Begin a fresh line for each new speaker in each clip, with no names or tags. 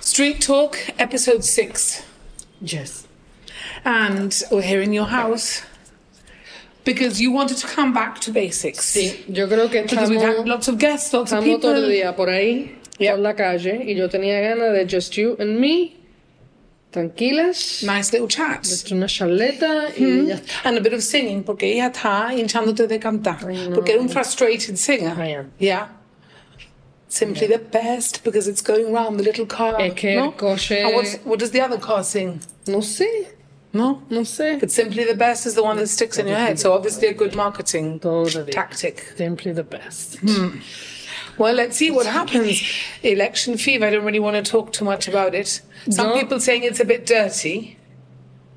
Street Talk, episode six.
Yes.
And we're here in your house because you wanted to come back to basics.
Sí, yo creo que
Because we've had
estamos,
lots of guests, lots of
estamos todo el
people.
día por ahí,
Yeah.
por la calle, y yo tenía ganas de just you and me, tranquilas,
Nice little chats.
hecho una charleta
Hmm.
y ya está.
And a bit of singing, porque ella está hinchándote de cantar.
I know.
Porque era un frustrated singer.
I am.
Yeah. Simply the best because it's going round the little car.
Es que el
no?
coche-
And what's, what does the other car sing?
No sé,
No?
no sé.
But simply the best is the one that sticks in your head. So obviously a good marketing
Todo el día.
tactic.
Simply the best.
Well, let's see what happens. Election fever. I don't really want to talk too much about it. Some
No.
people saying it's a bit dirty.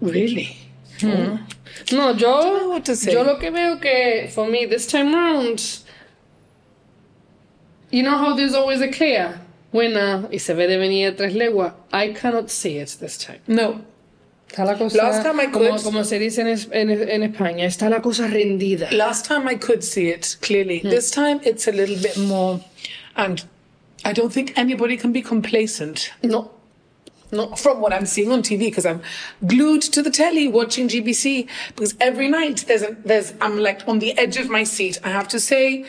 Really? No, yo,
know what to say.
yo lo que veo que, for me, this time round, you know how there's always a clear winner y se ve de venir de tres leguas. I cannot see it this time.
No.
Está la cosa,
Last time I
como,
could-
como se dice en, es- en, en España, está la cosa rendida.
Last time I could see it clearly.
Hmm.
This time it's a little bit more. And I don't think anybody can be complacent
No, no.
from what I'm seeing on TV because I'm glued to the telly watching GBC because every night there's a, there's I'm like on the edge of my seat. I have to say,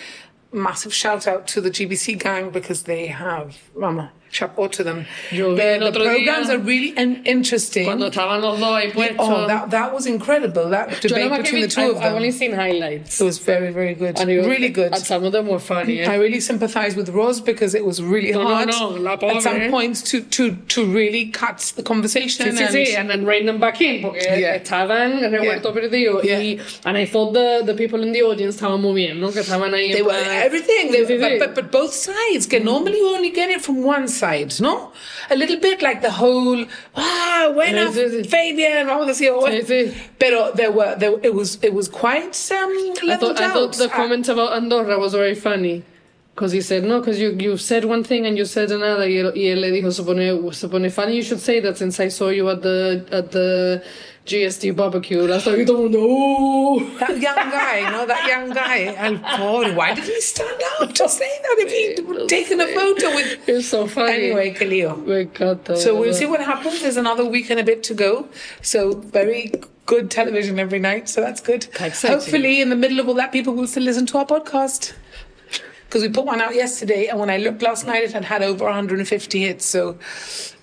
massive shout out to the GBC gang because they have mama chapeau to them.
Yo vi
The,
el
the
otro día-
programs are really in- interesting.
Cuando estaban los dos ahí puestos.
Oh, that that was incredible. That
yo nada
debate
más que
between the
vi, I-
two of
I've
them.
only seen highlights.
It was very, very good.
And it-
Really good.
And some of them were funny. eh?
I really sympathize with Roz because it was really
No, no,
hard
no, la
at some
pobre.
points to, to, to really cut the conversation.
Sí, sí,
and
sí, and then rein them back in, porque
Yeah.
estaban revuelto perdido. Y, and I thought the, the people in the audience estaban muy bien, ¿no? Que estaban ahí. en
They were
plan-
everything. They,
Sí, sí,
but,
sí.
but, but both sides. Can normally you only get it from one side, no? A little bit like the whole ah, when
Sí,
are
sí, sí.
Fabian, vamos a decir, oh,
Sí, sí.
Pero there were there, it was it was quite um,
I
leveled
thought, I thought
out.
the
Uh,
comment about Andorra was very funny. Because he said, no, because you, you said one thing and you said another. Y él, y él le dijo, se pone, se pone funny, you should say that since I saw you at the, at the GSD barbecue last time. Y todo el mundo, "Oh."
Ah, that young guy, no, that young guy, Al Paul, why did he stand out to say that if he'd taken a photo with
It's so funny.
anyway, Kaleo.
Me encanta.
So we'll
¿verdad?
see what happens. There's another week and a bit to go. So very good television every night. So that's good.
Exciting.
Hopefully, in the middle of all that, people will still listen to our podcast. Because we put one out yesterday, and when I looked last night, it had had over 150 hits. So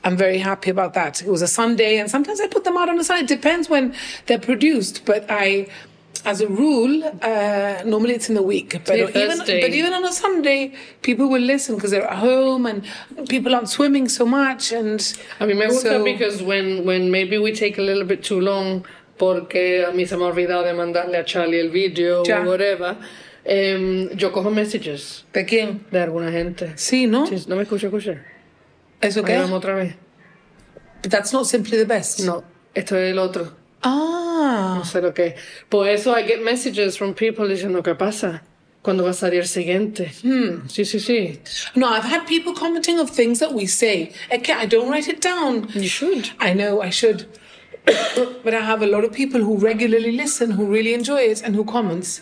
I'm very happy about that. It was a Sunday, and sometimes I put them out on a Sunday. It depends when they're produced. But I, as a rule, uh, normally it's in the week. But
Yeah,
even,
Thursday.
but even on a Sunday, people will listen because they're at home and people aren't swimming so much. And
A mí me gusta
So-
because when, when maybe we take a little bit too long porque a mí se me ha olvidado de mandarle a Charlie el video
Ya.
o whatever, em, yo cojo messages
Pekín.
de alguna gente.
Sí, ¿no?
Sí, No me escucho, escucha.
Eso
Ahí
qué.
vamos otra vez.
But that's not simply the best.
No, esto es el otro.
Ah.
No sé lo que es. Por eso I get messages from people diciendo qué pasa. ¿Cuándo va a salir el siguiente? Sí, sí, sí.
No, I've had people commenting of things that we say. Okay, I don't write it down.
You should.
I know I should. but I have a lot of people who regularly listen, who really enjoy it, and who comments.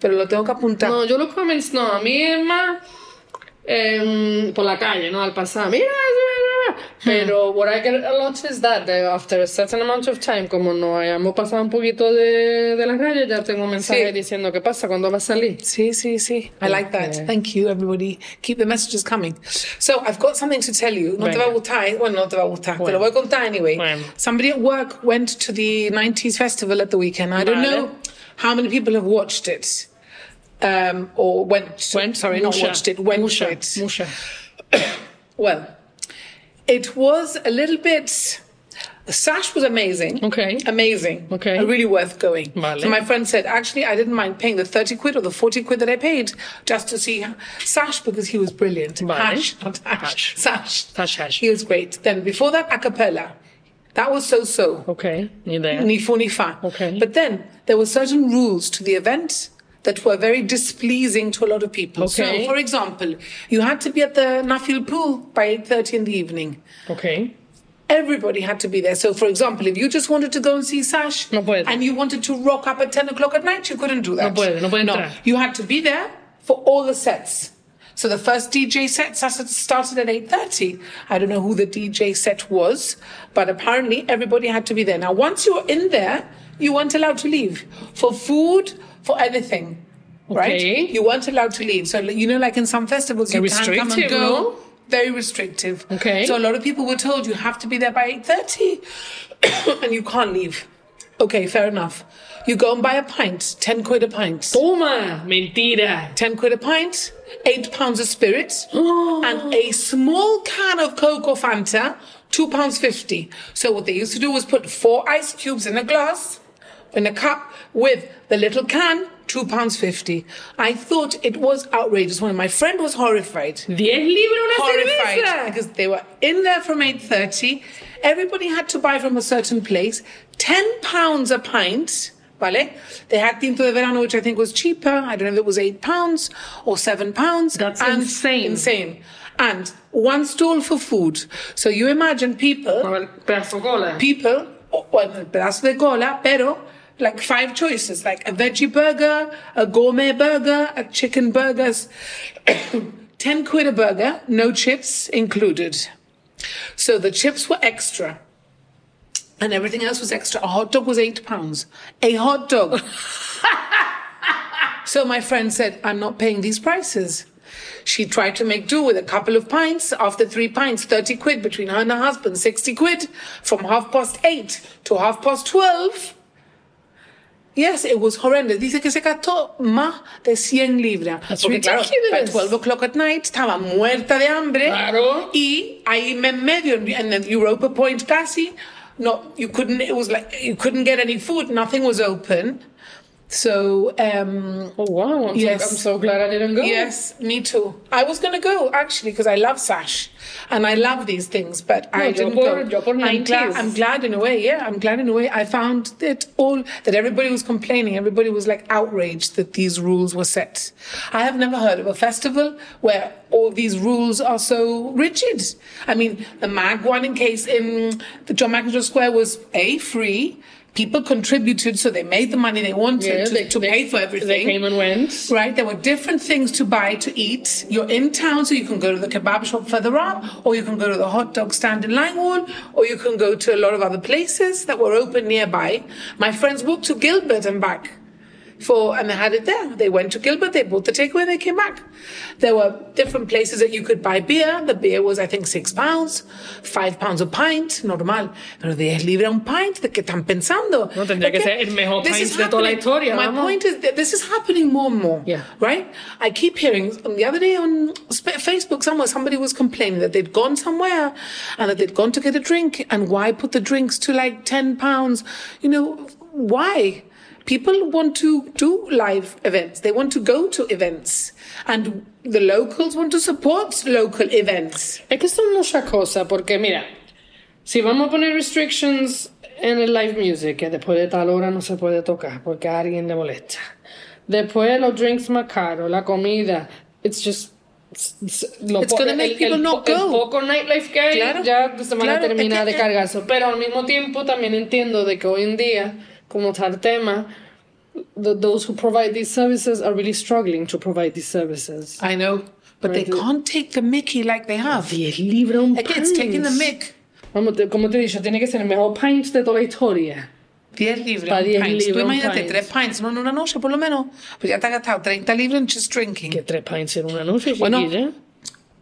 Pero lo tengo que apuntar.
No, yo los comments no, a mí es más em, por la calle, ¿no? Al pasar, mira, mira, mira". pero what I get a lot is that, that after a certain amount of time, como no hayamos pasado un poquito de, de las rayas, ya tengo mensajes
Sí.
diciendo qué pasa, cuándo va a salir.
See, see, see. I like that.
Okay.
Thank you, everybody. Keep the messages coming. So I've got something to tell you. Not
Venga.
about Wutai. Well, not about Wutai. But
Bueno.
about Wutai anyway.
Bueno.
Somebody at work went to the 90s festival at the weekend. I don't
Vale.
know how many people have watched it. Um, or went,
Went,
sorry, not
musha,
watched it, went
musha,
to it.
musha.
Well, it was a little bit. Sash was amazing.
Okay.
Amazing.
Okay.
Really worth going.
Vale.
So my friend said, actually, I didn't mind paying the 30 quid or the 40 quid that I paid just to see Sash because he was brilliant.
Vale.
Hash, not Hash.
Hash.
Sash.
Sash, Hash.
He was great. Then before that, a cappella. That was so so.
Ok, ni idea.
Ni fu ni fa.
Okay.
But then there were certain rules to the event that were very displeasing to a lot of people. So,
Okay.
for example, you had to be at the Nafil pool by 8.30 in the evening.
Ok.
Everybody had to be there. So, for example, if you just wanted to go and see Sash
No puede.
and you wanted to rock up at 10 o'clock at night, you couldn't do that.
No puede, no puede
no
entrar.
you had to be there for all the sets. So the first DJ set sas- started at 8.30. I don't know who the DJ set was, but apparently everybody had to be there. Now, once you were in there, you weren't allowed to leave for food, for anything.
Okay.
Right? You weren't allowed to leave. So, you know, like in some festivals, you
Very
can come and
restrictive,
go.
no?
Very restrictive.
Okay.
So a lot of people were told you have to be there by 8.30 and you can't leave. Okay, fair enough. You go and buy a pint, 10 quid a pint.
Toma, mentira.
10 quid a pint, 8 pounds of spirit, and a small can of Coke or Fanta, 2 pounds 50. So what they used to do was put four ice cubes in a glass, in a cup, with the little can, 2 pounds 50. I thought it was outrageous. When my friend was horrified,
10 libras una
horrified
cerveza.
because they were in there from 8.30 everybody had to buy from a certain place 10 pounds a pint vale they had tinto de verano which i think was cheaper i don't know if it was 8 pounds or 7 pounds
That's insane.
insane and one stall for food so you imagine people
Bueno, pedazo de cola.
people well a pedazo de cola pero like five choices like a veggie burger a gourmet burger a chicken burgers 10 quid a burger, no chips included. So the chips were extra. And everything else was extra. A hot dog was eight pounds. A hot dog. so my friend said, I'm not paying these prices. She tried to make do with a couple of pints. After three pints, 30 quid between her and her husband, 60 quid from half past eight to half past 12. Yes, it was horrendous. Dice que se gastó más de 100 libras.
That's
Porque, claro, by
ridiculous.
12 o'clock at night, estaba muerta de hambre.
Claro.
Y ahí me en medio, en el Europa Point casi, no, you couldn't, it was like, you couldn't get any food, nothing was open. So, um,
Oh, wow. I'm,
Yes.
so, I'm so glad I didn't go.
yes, me too. I was going to go, actually, because I love Sash and I love these things, but I
No, yo
didn't
por-
go.
yo por
I'm, glad,
90s.
I'm glad in a way, yeah, I'm glad in a way. I found that all, that everybody was complaining, everybody was like outraged that these rules were set. I have never heard of a festival where all these rules are so rigid. I mean, the MAG one in case in the John McIntyre Square was A, free. People contributed, so they made the money they wanted
Yeah,
to,
they-
to
they-
pay for everything
They came and went.
right? There were different things to buy to eat. You're in town, so you can go to the kebab shop further up, or you can go to the hot dog stand in Langwall, or you can go to a lot of other places that were open nearby. My friends walked to Gilbert and back. For, and they had it there. They went to Gilbert, they bought the takeaway, they came back. There were different places that you could buy beer. The beer was, I think, six pounds, five pounds a pint, normal. Pero de libre un pint, ¿de qué están pensando?
No, tendría que
Okay.
ser el mejor
This
pint
is
de toda la
happening.
historia,
My
vamos.
point is that this is happening more and more.
Yeah.
Right? I keep hearing um, the other day on sp- Facebook somewhere somebody was complaining that they'd gone somewhere and that they'd gone to get a drink and why put the drinks to like 10 pounds? You know, why? People want to do live events. They want to go to events. And the locals want to support local events.
Es que son muchas cosas, porque mira, si vamos a poner restrictions en el live music, que después de tal hora no se puede tocar porque a alguien le molesta. Después los drinks más caros, la comida, it's just... It's, it's- lo
It's
po-
gonna make people
el,
not
po- el
go.
poco nightlife que hay
Claro,
ya se van a
claro, es
terminar
que-
de cargarse. Pero al mismo tiempo también entiendo de que hoy en día, como tal tema, the- those who provide these services are really struggling to provide these services.
I know. But they can't take the mickey like they have.
libra un
Again, it's taking the mick.
Vamos, te- como te he dicho, tiene que ser el mejor pint de toda la historia.
10 libras.
Pa'
un
10
pints. Tú
libras, un
imagínate,
pint.
3 pints, no en una noche por lo menos. Pues ya te has gastado 30 libras en just drinking.
Que tres pints en una noche,
Bueno.
chiquilla.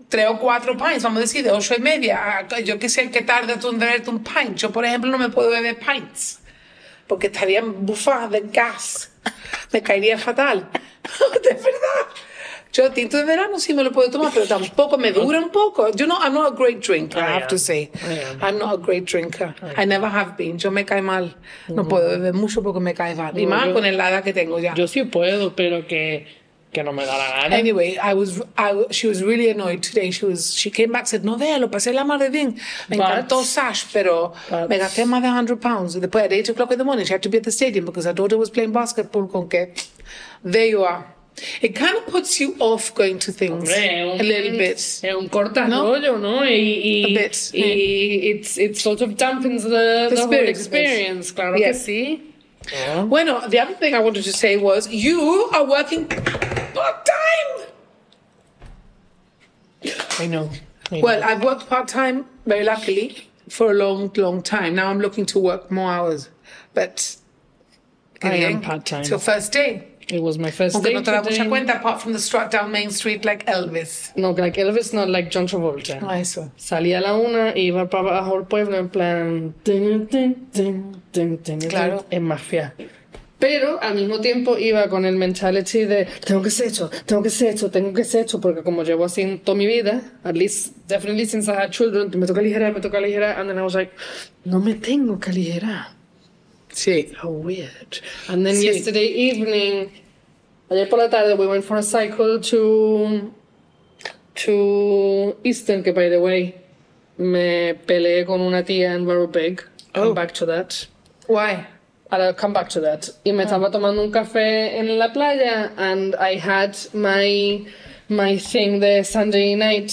3 o 4 pints, vamos a decir, de 8 y media. a- Yo qué sé, qué tarda tú en beberte un pint. Yo, por ejemplo, no me puedo beber pints. Porque estaría bufada de gas. Me caería fatal. de verdad. Yo tinto de verano sí me lo puedo tomar, pero tampoco me dura un poco. Yo no, I'm not a great drinker, I
I
have
am.
to say.
I am.
I'm not a great drinker.
Oh,
I never have been. Yo me cae mal. No puedo beber mucho porque me cae mal. Y
Mm. No,
más
yo-
con el hada que tengo ya.
Yo sí puedo, pero que, que no me da la gana.
Anyway, I was, I, she was really annoyed today. She was, she came back said, no vea, lo pasé la madre bien. Me
But-
encantó Sash, pero
But-
me gasté más de 100 pounds. Después at 8 o'clock in the morning, she had to be at the stadium because her daughter was playing basketball con que, there you are. It kind of puts you off going to things
Hombre, es
a little bit.
Es un corta
¿No?
rollo, ¿no? Y, y,
A bit,
y it's, it sort of dampens the, the,
The
whole
spirit,
experience, claro que
Yes.
sí. Oh,
Bueno, the other thing I wanted to say was, you are working part time.
I know. I know.
Well, I've worked part time, very luckily, for a long, long time. Now I'm looking to work more hours. But.
I am
Anyway,
part-time.
It's your first day.
it was my first
Aunque
day.
no te da mucha
today.
cuenta, apart from the strut down Main Street like Elvis.
No, like Elvis, not like John Travolta.
Ah, eso.
Salía a la una e iba para abajo al pueblo en plan. tin, tin, tin, tin, tin, tin,
Claro.
En mafia. Pero al mismo tiempo iba con el mentality de tengo que ser esto, tengo que ser esto, tengo que ser esto, porque como llevo así en toda mi vida, at least, definitely since I had children, me toca aligerar, me toca aligerar, and then I was like, no me tengo que aligerar.
Sí.
How weird. And then
Sí.
yesterday evening, ayer por la tarde, we went for a cycle to to Eastern, que by the way, me peleé con una tía en Big. Come
Oh.
back to that.
Why?
I'll come back to that. Y
Ah.
me estaba tomando un café en la playa and I had my my thing de Sunday night.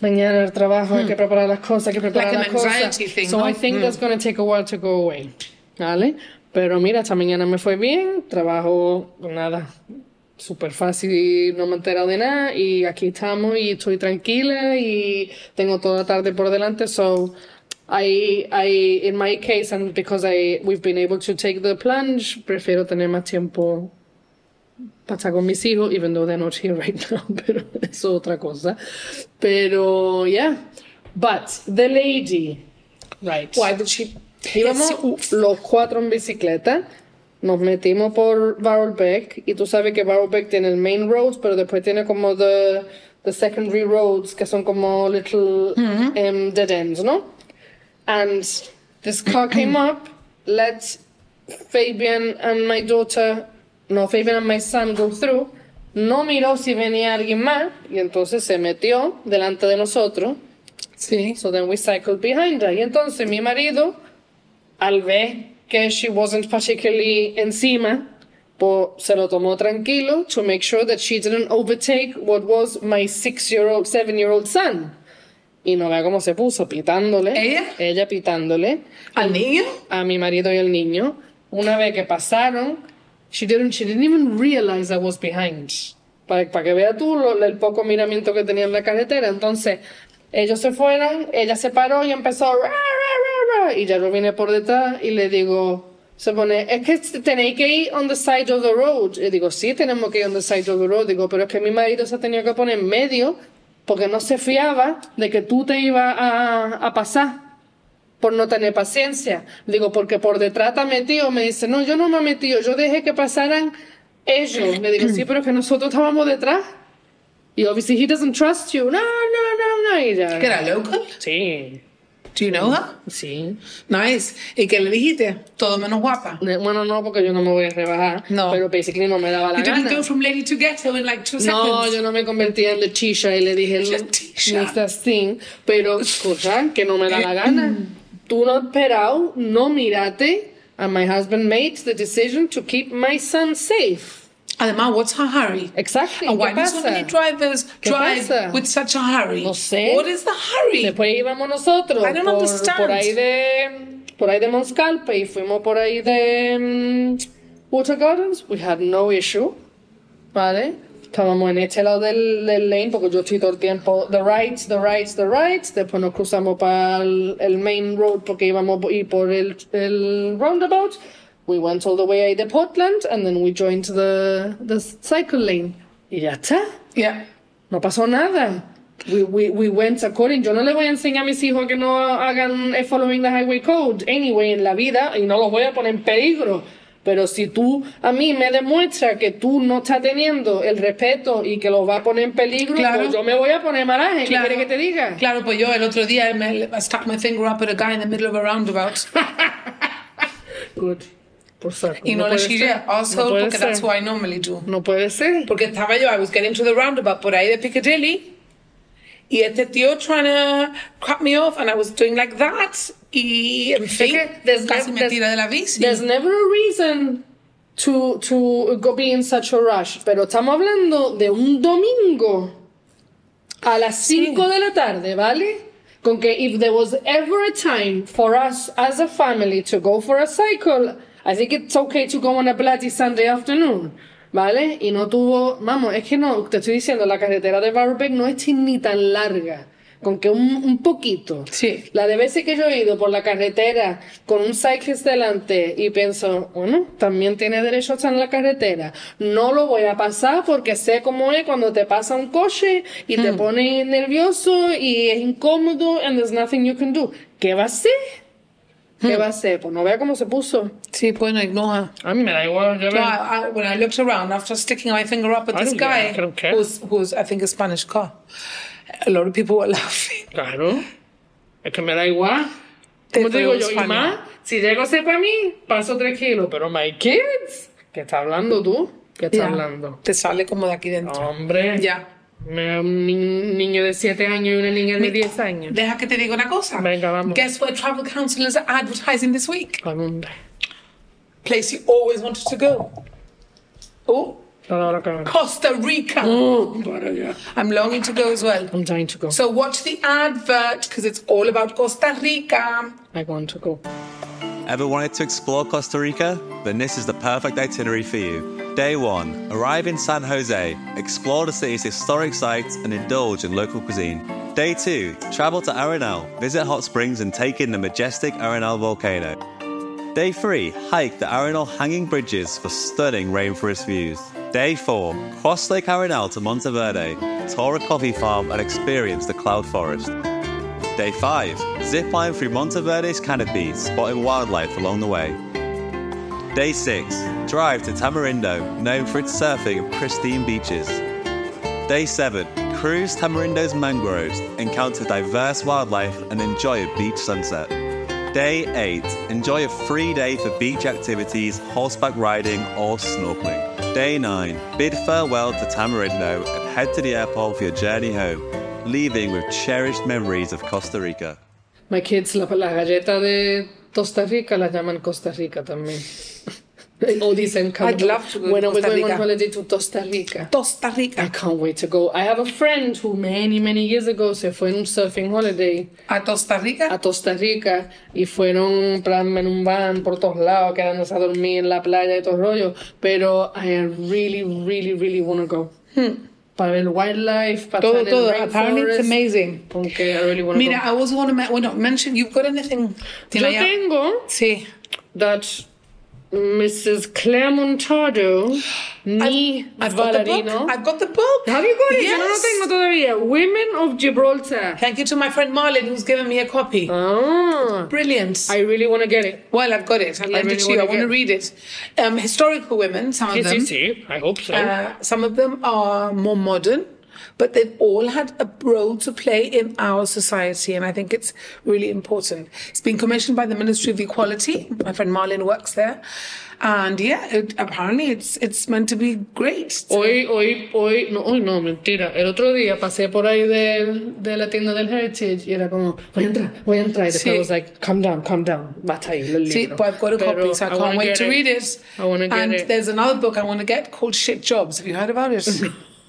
Mañana el trabajo, hay que preparar las cosas, hay que preparar
Hmm. Like
las
an
cosas.
anxiety thing,
so
¿no? Hmm.
I think that's going to take a while to go away. ¿Vale? Pero mira, esta mañana me fue bien, trabajo nada. Súper fácil, no me he enterado de nada y aquí estamos y estoy tranquila y tengo toda la tarde por delante, so I, I, in my case, and because I, we've been able to take the plunge, prefiero tener más tiempo para estar con mis hijos, even though they're not here right now, pero eso es otra cosa. Pero, yeah. But, the lady, right.
Why did she.
Íbamos los cuatro en bicicleta, nos metimos por Barrelbeck, y tú sabes que Barrelbeck tiene el main road, pero después tiene como the, the secondary roads, que son como little em, dead ends, ¿no? And this car came up, let Fabian and my daughter, no, Fabian and my son go through. No miró si venía alguien más, y entonces se metió delante de nosotros.
Sí.
So then we cycled behind her. Y entonces mi marido, al ver que she wasn't particularly encima, pues se lo tomó tranquilo to make sure that she didn't overtake what was my six-year-old, seven-year-old son. Y no vea cómo se puso, pitándole.
¿Ella?
Ella pitándole
¿Al niño?
a mi marido y al niño. Una vez que pasaron, she didn't, she didn't even realize I was behind. Para, para que vea tú lo- el poco miramiento que tenía en la carretera. Entonces, ellos se fueron, ella se paró y empezó. "Ra, ra, ra, ra", Y ya yo vine por detrás y le digo, se pone, es que tenéis que ir on the side of the road. Y digo, sí, tenemos que ir on the side of the road. Digo, pero es que mi marido se ha tenido que poner en medio porque no se fiaba de que tú te ibas a, a pasar por no tener paciencia. Digo, porque por detrás está metido. Me dice, no, yo no me he metido, yo dejé que pasaran ellos. Le digo, sí, pero es que nosotros estábamos detrás. Y obviously he doesn't trust you. No, no, no, no. Y ya.
¿Que era local?
Sí,
Do you know her?
sí.
Nice. ¿Y qué le dijiste? Todo menos guapa.
Ne- Bueno, no, porque yo no me voy a rebajar.
No.
Pero basically no me daba la
You didn't
gana.
go from lady to ghetto in like two seconds.
No, yo no me convertía en Leticia y le dije
Leticia.
Mr. Sting, pero cosa que no me da la gana. Tú no esperado, no mirate, and my husband made the decision to keep my son safe.
Además, what's her hurry?
Exactly.
And
¿Qué
Oh, why do so
pasa?
many drivers
¿Qué
drive
pasa?
with such a hurry?
No sé.
What is the hurry?
Después íbamos nosotros
I don't
por,
understand.
por ahí de por ahí de Monscalpe y fuimos por ahí de mm, Water Gardens. We had no issue, ¿vale? Estábamos en este lado del, del lane porque yo estoy todo el tiempo the right, the right, the right. Después nos cruzamos para el, el main road porque íbamos y por el, el roundabout. We went all the way ahí de Portland and then we joined the, the cycle lane. Y ya está.
Yeah.
No pasó nada. We, we, we went according. Yo no le voy a enseñar a mis hijos que no hagan eh, following the highway code anyway en la vida y no los voy a poner en peligro. Pero si tú a mí me demuestras que tú no estás teniendo el respeto y que los va a poner en peligro,
Claro.
pues yo me voy a poner malaje. ¿Qué
Claro.
quieres que te diga?
Claro, pues yo el otro día me, I stuck my finger up at a guy in the middle of a roundabout
Good. Por saco.
y no, le
puede
chillé
ser.
asshole
puede
porque that's
ser.
what I normally do.
No puede ser.
Porque estaba yo, I was getting to the roundabout por ahí de Piccadilly y este tío trying to cut me off and I was doing like that y en fin,
que there's
casi
no-
me
there's-
tira de la bici.
There's never a reason to, to go be in such a rush. Pero estamos hablando de un domingo a las 5 de la tarde, ¿vale? Con que if there was ever a time for us as a family to go for a cycle, I think it's okay to go on a bloody Sunday afternoon. ¿vale? Y no tuvo, vamos, es que no, te estoy diciendo, la carretera de Barbeck no es ni tan larga, con que un, un poquito.
Sí.
La de veces que yo he ido por la carretera con un cyclist delante y pienso, bueno, también tiene derecho a estar en la carretera. No lo voy a pasar porque sé cómo es cuando te pasa un coche y te pone nervioso y es incómodo and there's nothing you can do. ¿Qué va a ser? ¿Qué va a ser? Pues no vea cómo se puso.
Sí, bueno, ignore her.
A mí me da igual. Yo
No, I, I, when I looked around after sticking my finger up at
I
this
don't care,
guy,
Oh, I don't care.
who's who's I think a Spanish car, a lot of people were laughing.
Claro. Es que me da igual.
Te
Como te digo yo,
fue
y
un
más, si llego a ser para mí, paso tres kilos. Pero my kids, ¿qué está hablando tú? ¿Qué está
Ya.
hablando? Oh.
Te sale como de aquí dentro.
Hombre.
Ya.
Me- Un ni- niño de 7 años y una niña de 10 años.
Deja que te diga una cosa.
Venga, vamos.
Guess where travel counsellors are advertising this week?
Hombre.
Place you always wanted to go. Oh,
Ahora, ahora, ahora.
Costa Rica.
Oh, para allá.
I'm longing to go as well.
I'm dying to go.
So watch the advert because it's all about Costa Rica.
I want to go.
Ever wanted to explore Costa Rica? Then this is the perfect itinerary for you. Day 1 Arrive in San Jose, explore the city's historic sites, and indulge in local cuisine. Day 2 Travel to Arenal, visit hot springs, and take in the majestic Arenal volcano. Day 3 Hike the Arenal Hanging Bridges for stunning rainforest views. Day 4 Cross Lake Arenal to Monteverde, tour a coffee farm, and experience the cloud forest. Day 5 Zip line through Monteverde's canopy, spotting wildlife along the way. Day 6 Drive to Tamarindo, known for its surfing and pristine beaches. Day 7 Cruise Tamarindo's mangroves, encounter diverse wildlife, and enjoy a beach sunset. Day 8 Enjoy a free day for beach activities, horseback riding, or snorkeling. Day 9 Bid farewell to Tamarindo and head to the airport for your journey home, leaving with cherished memories of Costa Rica.
My kids, la, la galleta de Costa Rica la llaman Costa Rica también. o dicen pues
I'd love to go to
When are we
Costa
going
Rica.
on holiday to Costa Rica?
Costa
I
Rica.
can't wait to go. I have a friend who many, many years ago se fue en un surfing holiday
A Costa Rica.
a Costa Rica y fueron en plan en un van por todos lados, quedándose a dormir en la playa y todo el rollo. Pero I really, really, really want to go. Para ver wildlife, para
Hmm. Todo,
estar en
todo.
el
Apparently it's
rainforest,
amazing.
Porque I really want to
Mira,
go.
I also want to ma- well, no, mention, you've got anything? Did
Yo
I-
tengo
Sí.
that Mrs. Claire Montado, ni
I've got the
Valerino.
book. I've got the book.
Have you got it? Yo no
Yes.
lo tengo todavía. Women of Gibraltar.
Thank you to my friend Marlon who's given me a copy.
Ah,
Brilliant.
I really want to get it.
well, I've got it. I lent
really
it to you. I
wanna
want to
get-
read it. Um, historical women, some of
Sí, sí,
them.
sí. I hope so.
Uh, some of them are more modern, but they've all had a role to play in our society, and I think it's really important. It's been commissioned by the Ministry of Equality. My friend Marlon works there, and yeah, it, apparently it's it's meant to be great.
Hoy, hoy, hoy, no, hoy no, mentira. El otro día pasé por ahí de, de la tienda del Heritage y era como, voy a entrar, voy a entrar. Y después
Sí.
I was like, calm down, calm down. Basta ahí, lo libro.
See, but I've got a copy,
Pero
so I
I
can't
wanna
wait
get
to read it.
I wanna get
and
it.
there's another book I want to get called Shit Jobs. Have you heard about it?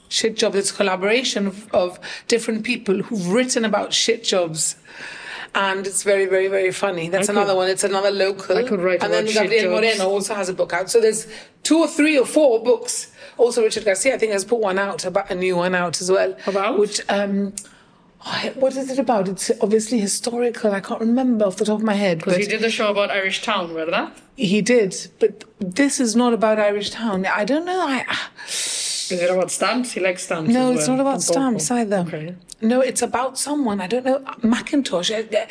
shit Jobs. It's a collaboration of, of different people who've written about shit jobs. And it's very, very, very funny. That's
I
another
could-
one. It's another local.
I could write
And then
about shit
Gabriel
jobs.
Moreno also has a book out. So there's two or three or four books. Also, Richard Garcia, I think, has put one out, about a new one out as well.
About?
Which, um, oh, what is it about? It's obviously historical. I can't remember off the top of my head.
Because
but-
you did the show about Irish Town, ¿verdad?
he did, but this is not about Irish Town. I don't know. I ah,
Is it about stamps? You like stamps
no,
as
it's
well.
not about
Tampoco.
stamps either.
Okay.
No, it's about someone. I don't know. Macintosh. Uh, uh,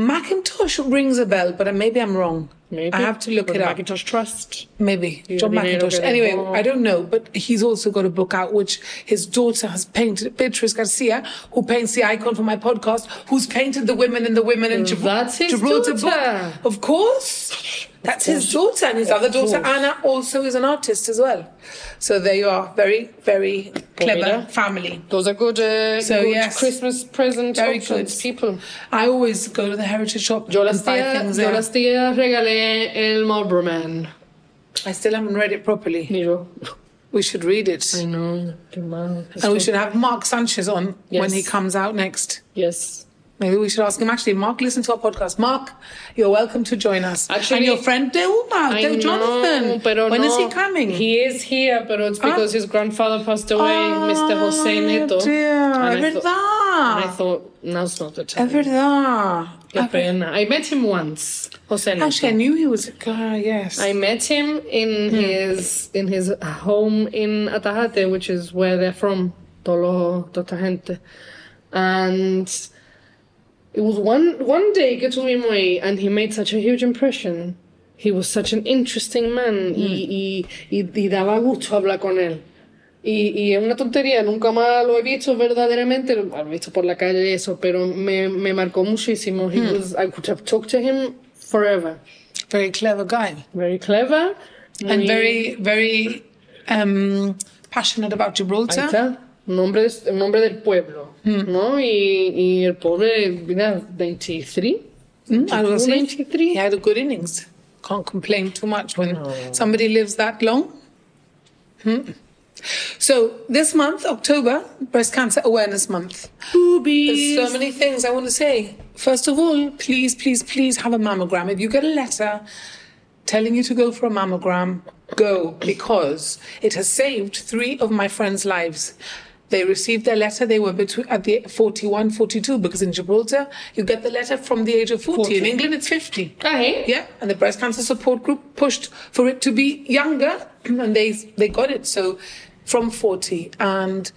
Macintosh rings a bell, but maybe I'm wrong.
Maybe.
I have to look
Or
it
the
up.
Macintosh Trust.
Maybe
You
John
mean it'll
Macintosh.
get
Anyway,
involved.
I don't know, but he's also got a book out which his daughter has painted. Beatriz Garcia, who paints the icon for my podcast, who's painted the women and the women in Gibral-
That's his
Gibraltar
daughter.
book. Of course, that's his daughter, and his other daughter
course.
Anna also is an artist as well. So there you are, very very clever
Bonita.
family.
Those are good, uh,
So,
good
yes.
Christmas present
Very
options,
good.
people.
I always go to the heritage shop
Yo
and
las
buy
tías,
things
yo
there.
las tías regalé el Marlboro Man.
I still haven't read it properly.
Y yo,
We should read it,
ay no, qué mal.
and we should have Mark Sanchez on when
Yes.
he comes out next.
Yes.
Maybe we should ask him. Actually, Mark, listen to our podcast. Mark, you're welcome to join us.
Actually-
and your friend Dilma,
I
Dil
know,
Jonathan. When
pero
is
no.
he coming? Ah.
He is here, but it's because his grandfather passed away, Mr. Jose Neto.
Oh, dear.
And I
Es
thought-
verdad.
And I thought, now's not the time.
Es verdad.
Qué pena. I met him once, Jose Neto.
Actually, I knew he was a guy, yes.
I met him in his in his home in Atajate, which is where they're from, Tolo, Tota gente. And it was one one day que tuvimos ahí, and he made such a huge impression. He was such an interesting man y, y, y, y daba gusto hablar con él. Y, y es una tontería, nunca más lo he visto verdaderamente, lo he visto por la calle y eso, pero me, me marcó muchísimo. He was, I could have talked to him forever
Very clever guy.
very clever
And
muy-
very, very um, passionate about
Ahí
Gibraltar.
está. Un hombre, es- un hombre del pueblo,
Hmm.
¿no? Y, y el pobre, mira, 23.
Mm, I will say
23.
he had a good innings. Can't complain too much when somebody lives that long. Hmm. So this month, October, Breast Cancer Awareness Month. There's so many things I want to say. First of all, please, please, please have a mammogram. If you get a letter telling you to go for a mammogram, go because it has saved three of my friends' lives. They received their letter, they were between, at the 41, 42, because in Gibraltar, you get the letter from the age of 40. In
40.
England, it's 50.
Ah, ¿eh?
Yeah, and the breast cancer support group pushed for it to be younger, and they they got it. So from forty, and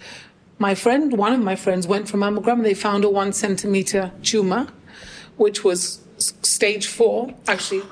my friend, one of my friends, went for mammogram. and They found a one centimeter tumor, which was s- stage four, actually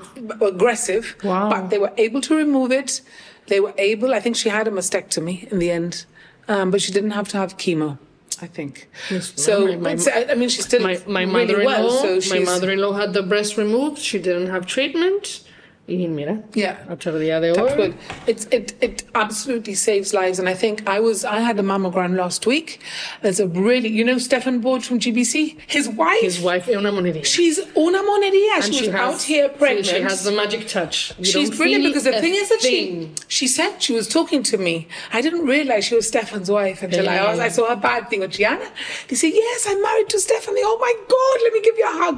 aggressive.
Wow.
But they were able to remove it. They were able. I think she had a mastectomy in the end, um, but she didn't have to have chemo. I think. so
my- my-
it's- I I mean, she still
My, my
really
mother-in-law,
well. So
my
she's-
mother-in-law had the breast removed. She didn't have treatment. Y mira,
Yeah.
hasta el día de hoy.
That's good. It's, it, it absolutely saves lives. And I think I was, I had a mammogram last week. There's a really, you know, Stefan Borge from GBC, his wife,
His wife es una monería.
she's una monería.
And
she, was
has-
out here pregnant.
She has the magic touch. You
She's
don't
brilliant
feel
because the
a
thing is that
thing.
she she said she was talking to me. I didn't realize she was Stefan's wife until I
Yeah.
asked. I saw her bad thing with Gianna. They said, "Yes, I'm married to Stefan." They, oh my god, let me give you a hug.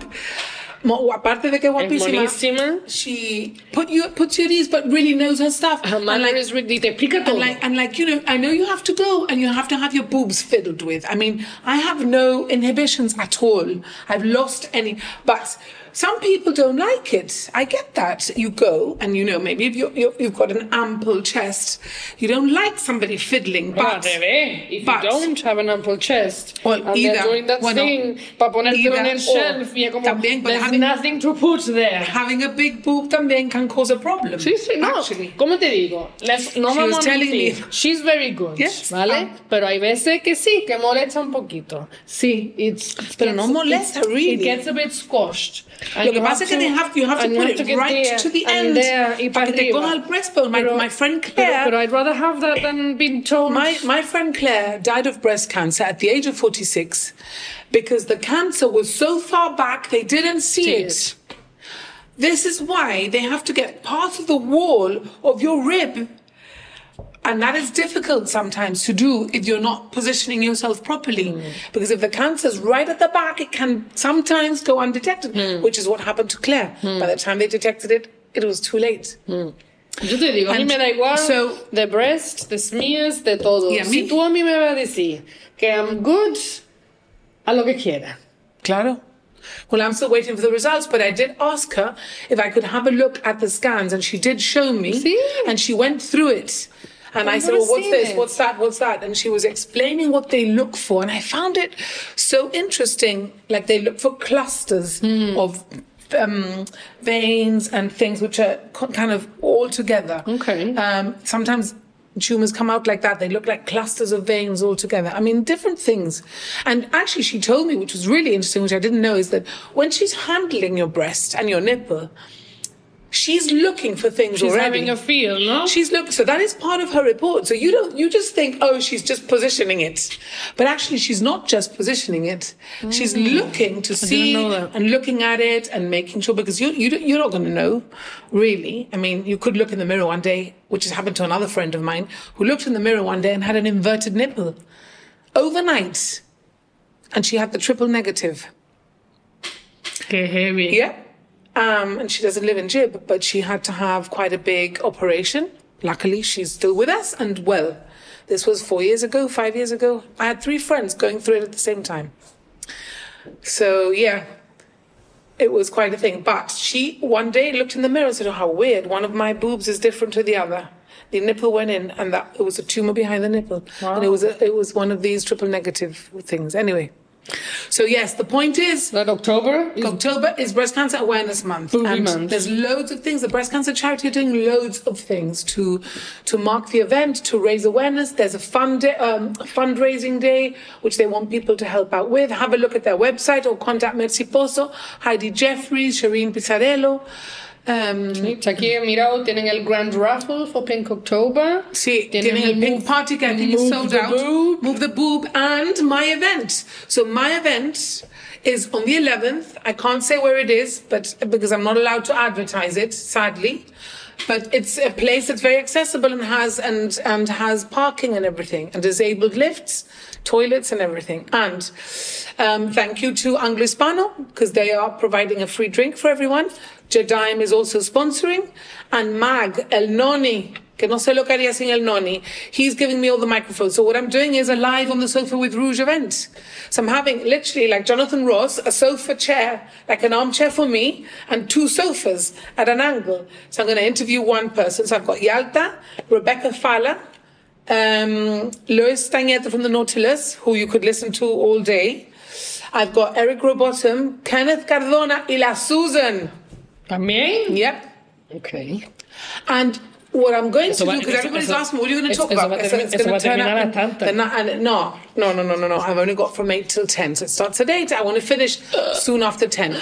Mo- Aparte de que guapísima,
monísima.
she put you puts you at ease, but really knows her stuff.
Her
And
mother
like-
is really... Te explica todo.
and like, and like, you know, I know you have to go and you have to have your boobs fiddled with. I mean, I have no inhibitions at all. I've lost any, but some people don't like it. I get that. You go and, you know, maybe if you're, you're, you've got an ample chest, you don't like somebody fiddling,
But,
but
if
but-
you don't have an ample chest,
Well,
and they're
either.
doing that
Bueno,
thing para ponértelo en
either
el
or.
shelf, y es como,
También, but
there's
having-
nothing to put there.
having a big boob también can cause a problem.
Sí, sí, no.
Actually.
¿Cómo te digo? Let's- no
She
vamos
was
a
telling
mentir.
me-
She's very good,
Yes.
¿vale?
Ah.
Pero hay veces que sí, que molesta un poquito. Sí, it's,
Pero no
it's-
molesta,
it's-
really.
It gets a bit squashed. And
Lo que
you
pasa es que
to-
they have, you have to
and you
put
have
it
get
right
there
to the
and
end
there y
para
para
que te
arriba.
coja el breastbone. My,
Pero-
my friend Claire,
Pero, pero I'd rather have that than being told.
My, my friend Claire died of breast cancer at the age of 46 because the cancer was so far back they didn't see it.
Yes.
This is why they have to get part of the wall of your rib. And that is difficult sometimes to do if you're not positioning yourself properly. Because if the cancer's right at the back, it can sometimes go undetected, which is what happened to Claire. By the time they detected it, it was too late.
Yo te digo, a mí
And
me da igual
so-
the breast, the smears, de todo.
Y a
si
mí-
tú a mí me vas a decir que I'm good, a lo que quiera.
Claro. Well, I'm still waiting for the results, but I did ask her if I could have a look at the scans, and she did show me.
See?
And she went through it. And I
I've
said,
never
Well, what's
seen
this?
it."
What's that? What's that? And she was explaining what they look for. And I found it so interesting. Like they look for clusters
Hmm.
of um, veins and things which are co- kind of all together.
Okay.
Um, sometimes tumors come out like that. They look like clusters of veins all together. I mean, different things. And actually, she told me, which was really interesting, which I didn't know, is that when she's handling your breast and your nipple, she's looking for things
She's
already.
having a feel, ¿no?
She's look so that is part of her report. So you don't you just think, oh, she's just positioning it. But actually she's not just positioning it. She's looking to see
Mm. know that.
and looking at it and making sure because you you don't- you're not going to know really. I mean, you could look in the mirror one day, which has happened to another friend of mine who looked in the mirror one day and had an inverted nipple overnight. And she had the triple negative.
Qué heavy.
Yeah. Um, and she doesn't live in Jib, but she had to have quite a big operation. Luckily, she's still with us and well. This was four years ago, five years ago. I had three friends going through it at the same time. So, yeah, it was quite a thing. But she one day looked in the mirror and said, oh, How weird. One of my boobs is different to the other. The nipple went in, and that it was a tumor behind the nipple. And it was, a, it was one of these triple negative things. Anyway. So, yes, the point is
That October is
October is Breast Cancer Awareness Month,
Booby
and
month.
there's loads of things. The Breast Cancer Charity are doing loads of things to to mark the event, to raise awareness. There's a fund um, fundraising day, which they want people to help out with. Have a look at their website or contact Mercy Pozo, Heidi Jeffries, Shireen Pizzarello. Um,
Aquí he mirado, oh, tienen el Grand Raffle for Pink October.
Sí,
Tienen
tienen
el
el Pink
Move-
Party que I think is
Move
sold
the
out.
Boob.
Move the Boob and my event. So my event is on the 11th. I can't say where it is, but because I'm not allowed to advertise it, sadly. But it's a place that's very accessible and has and and has parking and everything, and disabled lifts, toilets and everything. And um, thank you to Anglo Hispano because they are providing a free drink for everyone. Jedime is also sponsoring, and Mag El Noni que no sé lo que haría sin el noni. He's giving me all the microphones. So what I'm doing is a live on the sofa with Rouge event. So I'm having literally like Jonathan Ross, a sofa chair, like an armchair for me, and two sofas at an angle. So I'm going to interview one person. So I've got Yalta, Rebecca Fala, um, Lois Stangeta from the Nautilus, who you could listen to all day. I've got Eric Robottom, Kenneth Cardona, y la Susan.
También.
Yep.
Okay.
And what I'm going
Eso
to
va-
do, because
eso-
everybody's
eso-
asking me, what are you going to
eso-
talk
eso
about?
va a
It's-
termi-
it's
eso
gonna
va a
turn
terminar
up
a tantas.
and- and- and- no, no, no, no, no, no. I've only got from 8 till 10, so it starts at 8. I want to finish soon after 10.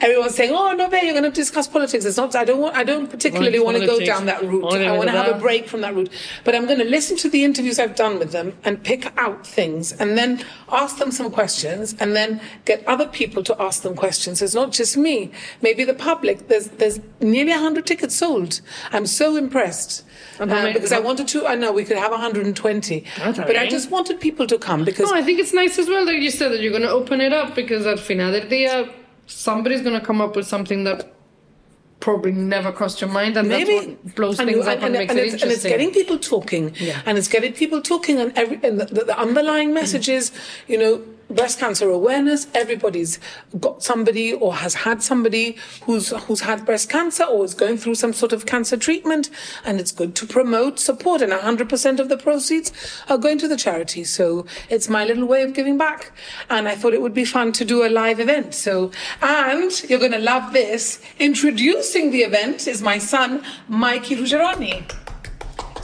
Everyone's saying, "Oh, no, you're going to discuss politics." It's not. I don't want. I don't particularly
Well,
want to go
politics.
down that route.
Only
I want to have a
that.
break from that route. But I'm going to listen to the interviews I've done with them and pick out things, and then ask them some questions, and then get other people to ask them questions. So it's not just me. Maybe the public. There's there's nearly hundred tickets sold. I'm so impressed
And how
uh,
many-
because I wanted to. I know we could have 120,
That's all
but I
right.
just wanted people to come because
No, I think it's nice as well that you said that you're going to open it up because at final del día, somebody's going to come up with something that probably never crossed your mind and that's
maybe
what blows
and
things
you-
up and, makes it
it's,
interesting.
and it's getting people talking
Yeah.
and it's getting people talking and every and the, the underlying message is you know breast cancer awareness everybody's got somebody or has had somebody who's who's had breast cancer or is going through some sort of cancer treatment and it's good to promote support and 100% of the proceeds are going to the charity so it's my little way of giving back and i thought it would be fun to do a live event so and you're going to love this introducing the event is my son mikey rugeroni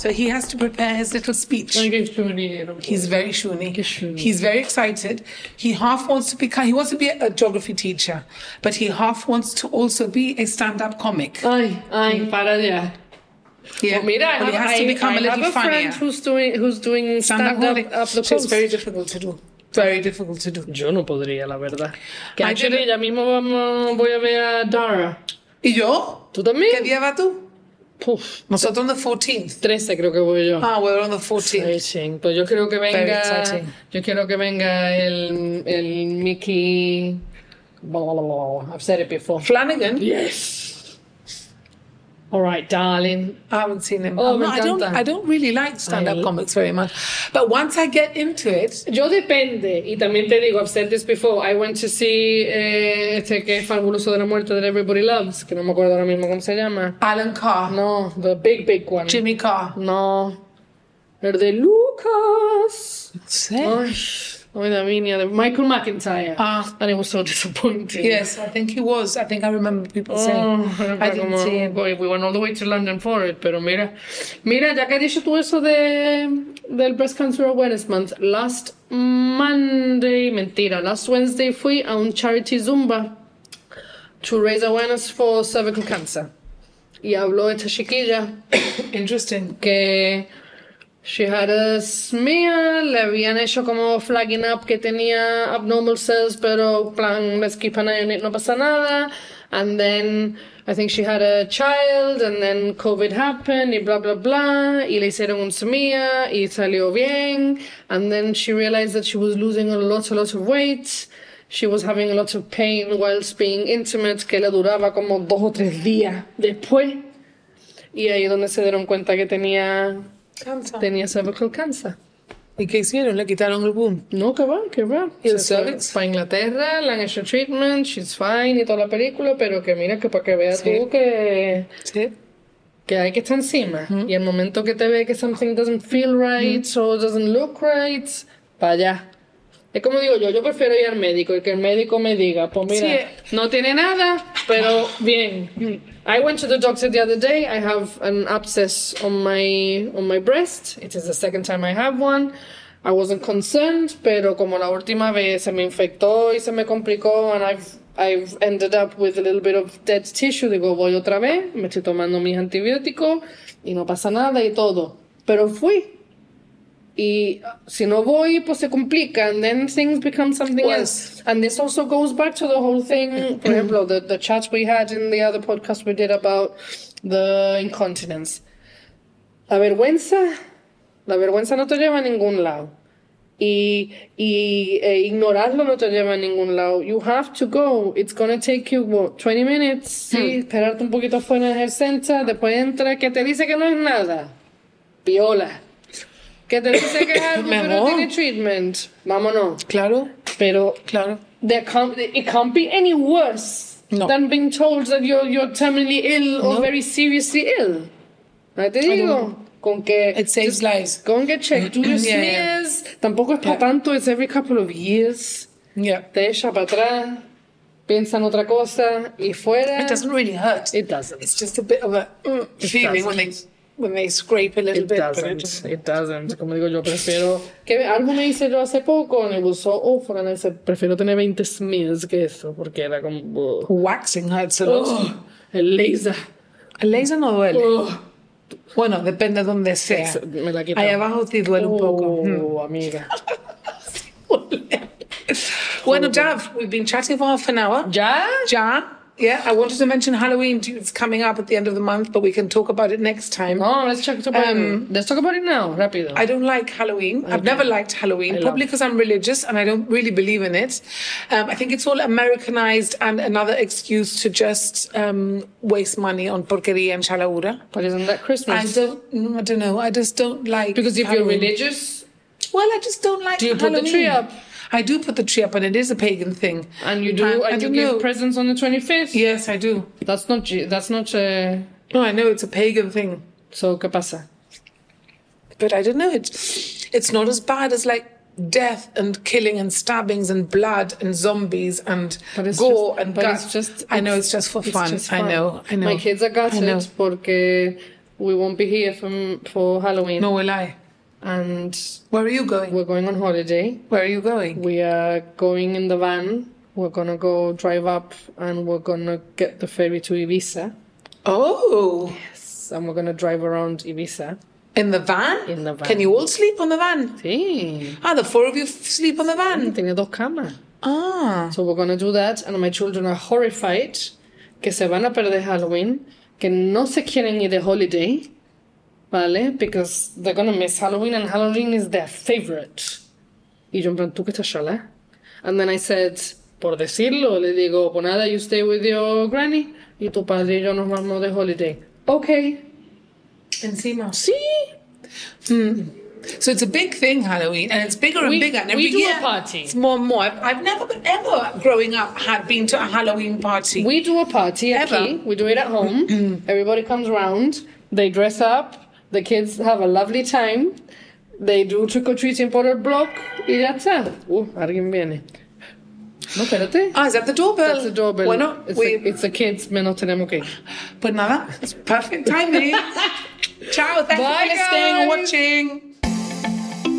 so he has to prepare his little speech.
I gave too many little-
He's very shuni.
He's shuni.
He's very excited. He half wants to become. He wants to be a geography teacher, but he half wants to also be a stand-up comic.
Ay, ay, para ya.
Yeah,
Mm. Mira, I
but
have,
he has to
I-
become
I
a little
have a
funnier.
friend who's doing, who's doing
Stand-up
stand-up
comic.
up
So
the
it's
coast.
very difficult to do. Very difficult to do.
Yo no podría, la verdad. Que
I
actually,
didn't-
ya mismo vamos, voy a ver a Dara.
¿Y yo?
¿Tú
¿Qué
también?
día vas tú?
Puf,
Nosotros on the 14th.
13 creo que voy yo.
Ah, we're on the 14th.
Ay, sí. Pues yo creo que venga.
exciting.
Yo quiero que venga el, el Mickey. Blah, blah, blah, blah. I've said it before.
Flanagan?
Yes. All right, darling.
I haven't seen him.
Oh,
I'm
me
not- I don't.
encanta.
I don't really like stand-up
I-
comics very much, but once I get into it,
Yo depende, y también te digo, I've said this before, I went to see eh, este que es fabuloso de la muerte that Everybody Loves, que no me acuerdo ahora mismo cómo se llama.
Alan Carr,
No, the big, big one.
Jimmy Carr.
No. El de Lucas. Ay, no me da mía, de Michael McIntyre.
¿Eh? Ah.
And it was so disappointing.
Yes, I think he was. I think I remember people saying.
Oh, era
I didn't
como,
see him.
boy, we went all the way to London for it, pero mira, mira, ya que has dicho tú eso de, del Breast Cancer Awareness Month, last Monday, mentira, last Wednesday fui a un charity Zumba to raise awareness for cervical cancer. Y habló esta chiquilla
Interesting.
que she had a smear, le habían hecho como flagging up que tenía abnormal cells, pero plan, let's keep an eye on it, no pasa nada. And then I think she had a child, and then COVID happened, y bla bla bla, y le hicieron un smear, y salió bien. And then she realized that she was losing a lot, a lot of weight. She was having a lot of pain whilst being intimate, que le duraba como dos o tres días después. Y ahí es donde se dieron cuenta que tenía,
Cancer.
tenía cervical cancer.
¿Y qué hicieron? Le quitaron el boom.
No, que va, que va.
¿Y el
Se fue
cervix?
Para Inglaterra, le han hecho treatment, she's fine y toda la película, pero que mira, que para que veas
Sí.
tú que,
Sí.
que hay que estar encima. Y el momento que te ve que something doesn't feel right or doesn't look right, para allá. Es como digo yo, yo prefiero ir al médico y que el médico me diga, pues mira,
Sí.
no tiene nada, pero bien. I went to the doctor the other day. I have an abscess on my on my breast. It is the second time I have one. I wasn't concerned, pero como la última vez se me infectó y se me complicó and I've I've ended up with a little bit of dead tissue. Digo, voy otra vez, me estoy tomando mis antibióticos y no pasa nada y todo. Pero fui. Y uh, si no voy, pues se complica. And then things become something
Well,
else. And this also goes back to the whole thing, for example, the, the chat we had in the other podcast we did about the incontinence. La vergüenza, la vergüenza no te lleva a ningún lado. Y, y eh, ignorarlo no te lleva a ningún lado. You have to go. It's gonna take you, what, 20 minutes?
Hmm.
Sí, esperarte un poquito fuera en el centro, después entra, que te dice que no es nada. Piola. Que te dice que es algo,
Mi
pero
amor.
tiene treatment. Vámonos.
Claro,
Pero
claro.
there can't, it can't be any worse
No.
than being told that you're, you're terminally ill or
No.
very seriously ill. Ahí te digo, con que...
It saves lives.
Con que check, do your
Yeah, yeah.
smears. Tampoco es para
Yeah.
tanto, it's every couple of years.
Yeah.
Te echa para atrás, piensa en otra cosa y fuera.
It doesn't really hurt.
It doesn't.
It's just a bit of a mm, feeling when they when they scrape a little
It
bit. But it
doesn't.
doesn't.
It doesn't. Como digo, yo prefiero. Que algo me hice yo hace poco en el buzo Ofran. ese, Prefiero tener 20 smears que eso, porque era como.
Oh.
ugh.
Waxing hurts a lot.
Ugh, el laser.
El laser no duele.
Ugh.
Bueno, depende de donde sea.
Ex- Oh. me la quitaron.
Ahí abajo te duele un poco. Mm.
Oh, amiga.
Bueno, Dav, we've been chatting for half an hour.
¿Ya?
Ja, yeah, I wanted to mention Halloween. too. It's coming up at the end of the month, but we can talk about it next time.
No, let's, check about
Um,
it. let's talk about it now, rápido.
I don't like Halloween. I've never liked Halloween,
love-
probably because I'm religious and I don't really believe in it. Um, I think it's all Americanized and another excuse to just um, waste money on porquería and chalaura.
but isn't that Christmas?
I don't, mm, I don't know. I just don't like
Because if you're
Halloween.
religious
well, I just don't like.
Do you put the tree
Halloween.
up?
I do put the tree up, and it is a pagan thing.
and you
I-
do,
I
and you
don't
give
know.
presents on the 25th,
Yes, I do.
that's not, Je- that's not, uh,
No, I know it's a pagan thing.
so ¿qué pasa?
but I don't know. It's it's not as bad as like death and killing and stabbings and blood and zombies and
But it's
gore
just-
and
but
guts.
it's just-
I know it's just for
It's
fun.
just
I know. I know.
My kids are
I know.
gutted porque we won't be here from, for Halloween.
Nor will I.
And
Where are you going?
we're going on holiday.
Where are you going?
We are going in the van. We're gonna go drive up and we're gonna get the ferry to Ibiza.
Oh,
And we're gonna drive around Ibiza.
in the van.
In the van.
Can you all sleep on the van?
Sí.
Ah, the four of you f- sleep on the van.
Tiene dos camas.
Ah,
So we're gonna do that, and my children are horrified que se van a perder Halloween, que no se quieren ir de holiday, ¿vale? Because they're gonna miss Halloween, and Halloween is their favorite. Y yo en plan, ¿tú qué estás sola? And then I said, por decirlo, le digo, pues nada, you stay with your granny, y tu padre y yo nos vamos de holiday. Okay.
encima.
Sí.
So it's a big thing, Halloween, and it's bigger and
We-
bigger. And
we
every
do a
year,
party.
It's more and more. I've, I've never, been- ever growing up, had been to a Halloween party.
We do a party at
Ever.
Key. We do it at home. Everybody comes round. They dress up. The kids have a lovely time. They do trick or treating por el block. Y ya está. Uh, alguien viene. No, espérate.
Ah, is that the doorbell?
That's the doorbell.
Bueno,
it's,
we,
the, it's the kids. Menos tenemos que ir.
pues nada, it's perfect timing. Ciao, thank
Bye,
you for listening and
guys.
watching.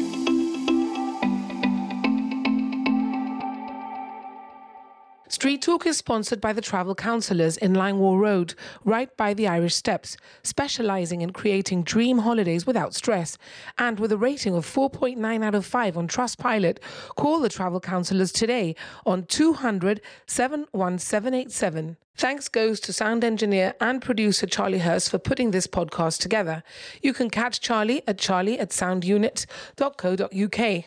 Street Talk is sponsored by the Travel Counsellors in Langwall Road, right by the Irish Steps, specialising in creating dream holidays without stress. And with a rating of 4.9 out of 5 on Trustpilot, call the Travel Counsellors today on 200 71787. Thanks goes to sound engineer and producer Charlie Hurst for putting this podcast together. You can catch Charlie at charlie at soundunit.co.uk.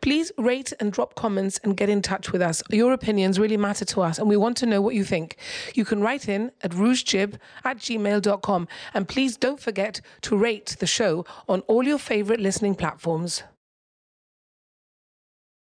Please rate and drop comments and get in touch with us. Your opinions really matter to us and we want to know what you think. You can write in at rougegib at gmail.com and please don't forget to rate the show on all your favorite listening platforms.